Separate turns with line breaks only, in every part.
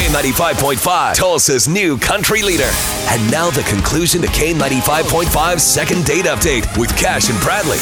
K95.5, Tulsa's new country leader. And now the conclusion to K95.5's second date update with Cash and Bradley.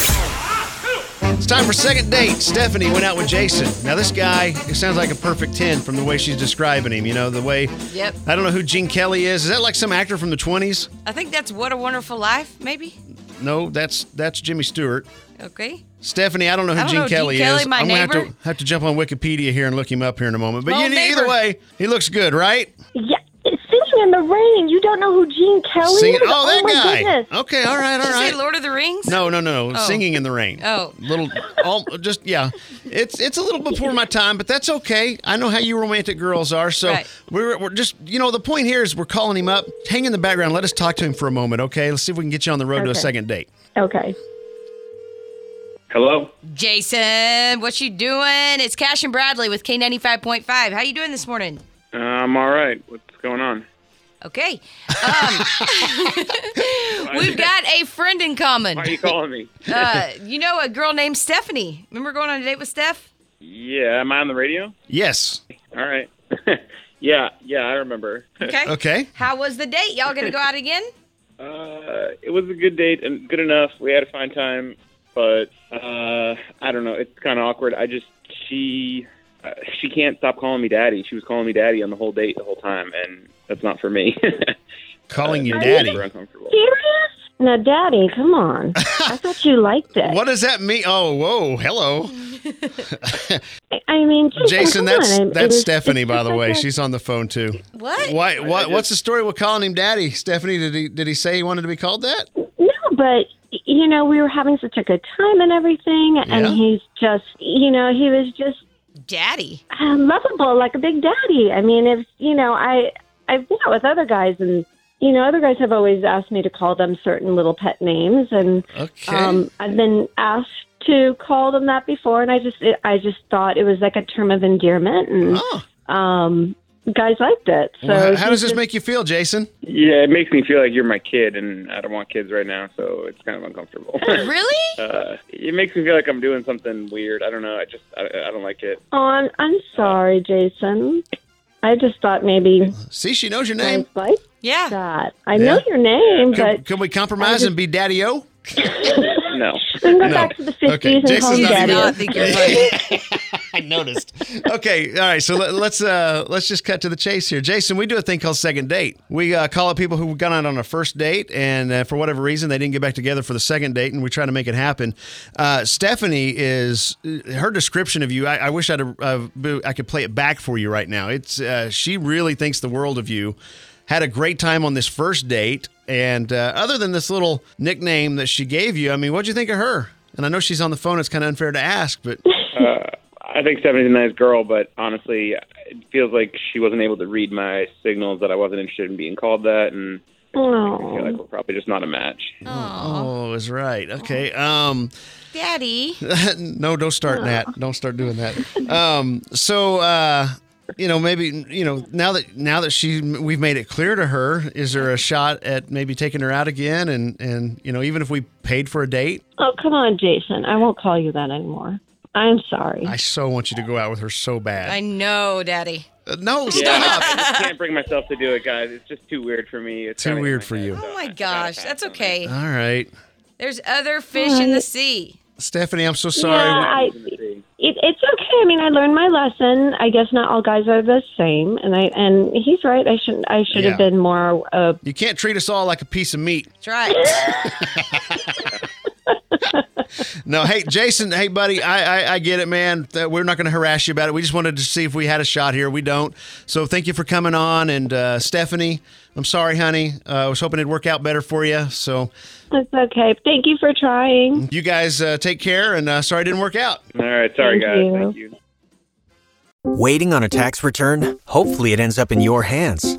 It's time for second date. Stephanie went out with Jason. Now this guy, it sounds like a perfect ten from the way she's describing him. You know the way.
Yep.
I don't know who Gene Kelly is. Is that like some actor from the twenties?
I think that's What a Wonderful Life, maybe?
No, that's that's Jimmy Stewart.
Okay.
Stephanie, I don't know who
I don't
Gene
know Gene
Kelly is.
Kelly, my
I'm gonna have to
neighbor?
have to jump on Wikipedia here and look him up here in a moment. But
My
you- either
neighbor.
way, he looks good, right?
Yeah, it's singing in the rain. You don't know who Gene Kelly
Singing.
is?
Oh, that
my
guy.
Goodness.
Okay, all right, all
Did you
right.
say Lord of the Rings?
No, no, no, no.
Oh.
Singing in the rain.
Oh.
little, all, just yeah. It's it's a little before my time, but that's okay. I know how you romantic girls are. So
Right.
we're we're just you know the point here is we're calling him up. Hang in the background. Let us talk to him for a moment, okay? Let's see if we can get you on the road to a
Okay.
second date.
Okay.
Hello.
Jason, what you doing? It's Cash and Bradley with K95.5. How you doing this morning?
Uh, I'm all right. What's going on?
Okay. Um, we've got a friend in common.
Why are you calling me?
Uh, you know a girl named Stephanie. Remember going on a date with Steph?
Yeah, am I on the radio?
Yes.
All right. yeah, yeah, I remember.
Okay.
Okay.
How was the date? Y'all gonna go out again?
Uh, it was a good date and good enough. We had a fine time, but uh, I don't know. It's kind of awkward. I just she uh, she can't stop calling me daddy. She was calling me daddy on the whole date the whole time, and that's not for me.
Calling you
It's
daddy.
super uncomfortable.
Serious? Now, Daddy, come on. I thought you liked it.
What does that mean? Oh, whoa, hello,
I- I mean, Jason,
Jason.
come
That's
on. I'm- it
that's
is-
Stephanie,
it's
by
just
the
like
way.
a-
She's on the phone too.
What?
Why? What?
just-
What's the story with calling him daddy, Stephanie? Did he did he say he wanted to be called that?
No, but y- you know, we were having such a good time and everything, and
Yeah.
he's just, you know, he was just
Daddy.
uh, lovable, like a big daddy. I mean, if you know, I I've been out with other guys, and you know, other guys have always asked me to call them certain little pet names, and
Okay.
um, I've been asked to call them that before, and I just it, I just thought it was like a term of endearment, and
oh.
um, guys liked it. So
Well, how, how does
he's
this
just-
make you feel, Jason?
Yeah, it makes me feel like you're my kid, and I don't want kids right now, so it's kind of uncomfortable.
Really?
uh, it makes me feel like I'm doing something weird. I don't know. I just I, I don't like it.
Oh, I'm, I'm sorry, Jason. I just thought maybe
See, she knows your
guys
name.
liked
Yeah.
that. I
Yeah.
know your name,
Can,
but
can we compromise and be Daddy O?
No.
we can go
No.
back to the 50s
Okay,
and
Jason's
call me
not
I
even-
Daddy.
don't think you're funny.
I noticed. okay, all right. So let, let's uh, let's just cut to the chase here, Jason. We do a thing called second date. We uh, call up people who got out on a first date, and uh, for whatever reason they didn't get back together for the second date, and we try to make it happen. Uh, Stephanie is uh, her description of you. I, I wish I'd uh, I could play it back for you right now. It's uh, she really thinks the world of you. Had a great time on this first date, and uh, other than this little nickname that she gave you, I mean, what'd you think of her? And I know she's on the phone. It's kind of unfair to ask, but
Uh, I think Stephanie's a nice girl, but honestly, it feels like she wasn't able to read my signals that I wasn't interested in being called that, and I feel
Oh.
like we're probably just not a match.
Oh, is right. Okay. Um,
Daddy.
no, don't start that. Don't start doing that. Um, so, uh, you know, maybe you know now that now that she we've made it clear to her, is there a shot at maybe taking her out again? And and you know, even if we paid for a date,
oh, come on, Jason. I won't call you that anymore. I'm sorry.
I so want you to go out with her so
I
bad.
know, Daddy.
Uh, no,
Yeah,
stop.
I just can't bring myself to do it, guys. It's just too weird for me. It's
Too
kinda in
weird
my
for
head,
you.
so
Oh
I
my
gotta
gosh,
pass
that's
on it.
okay.
All right,
There's other fish in the sea.
Stephanie, I'm so
yeah,
sorry.
I,
I'm gonna see.
it, it's okay. I mean, I learned my lesson. I guess not all guys are the same, and I and he's right. I shouldn't. I should have
Yeah.
been more. Uh,
you can't treat us all like a piece of meat.
That's right.
No, hey Jason, hey buddy, I I, I get it, man. That we're not going to harass you about it. We just wanted to see if we had a shot here. We don't. So thank you for coming on, and uh, Stephanie, I'm sorry, honey. Uh, I was hoping it'd work out better for you. So
it's okay. Thank you for trying.
you guys uh, take care, and uh, sorry it didn't work out.
All right, sorry
Thank
guys.
you.
Thank you.
Waiting on a tax return? Hopefully, it ends up in your hands.